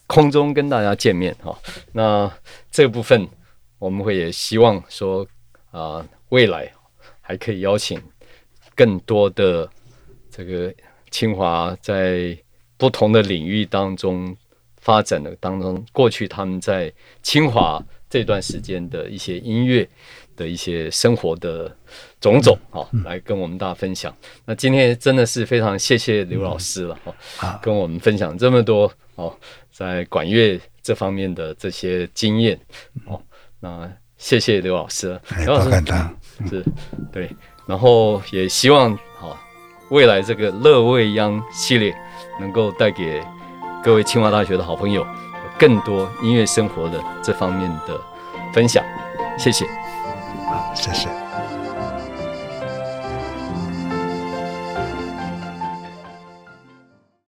Speaker 1: 空中跟大家见面哈、那这部分我们会也希望说啊、未来还可以邀请更多的这个清华在不同的领域当中发展的当中，过去他们在清华这段时间的一些音乐的一些生活的种种
Speaker 2: 嗯
Speaker 1: 啊、哦，来跟我们大家分享。那今天真的是非常谢谢刘老师了
Speaker 2: 嗯
Speaker 1: 哈、哦
Speaker 2: 好，
Speaker 1: 跟我们分享这么多哦，在管乐这方面的这些经验哦，那谢谢刘老师，
Speaker 2: 嗯哎
Speaker 1: 刘老
Speaker 2: 不
Speaker 1: 师
Speaker 2: 敢当，
Speaker 1: 是，对，然后也希望好、未来这个乐未央系列能够带给各位清华大学的好朋友有更多音乐生活的这方面的分享，谢谢。
Speaker 2: 好，谢谢。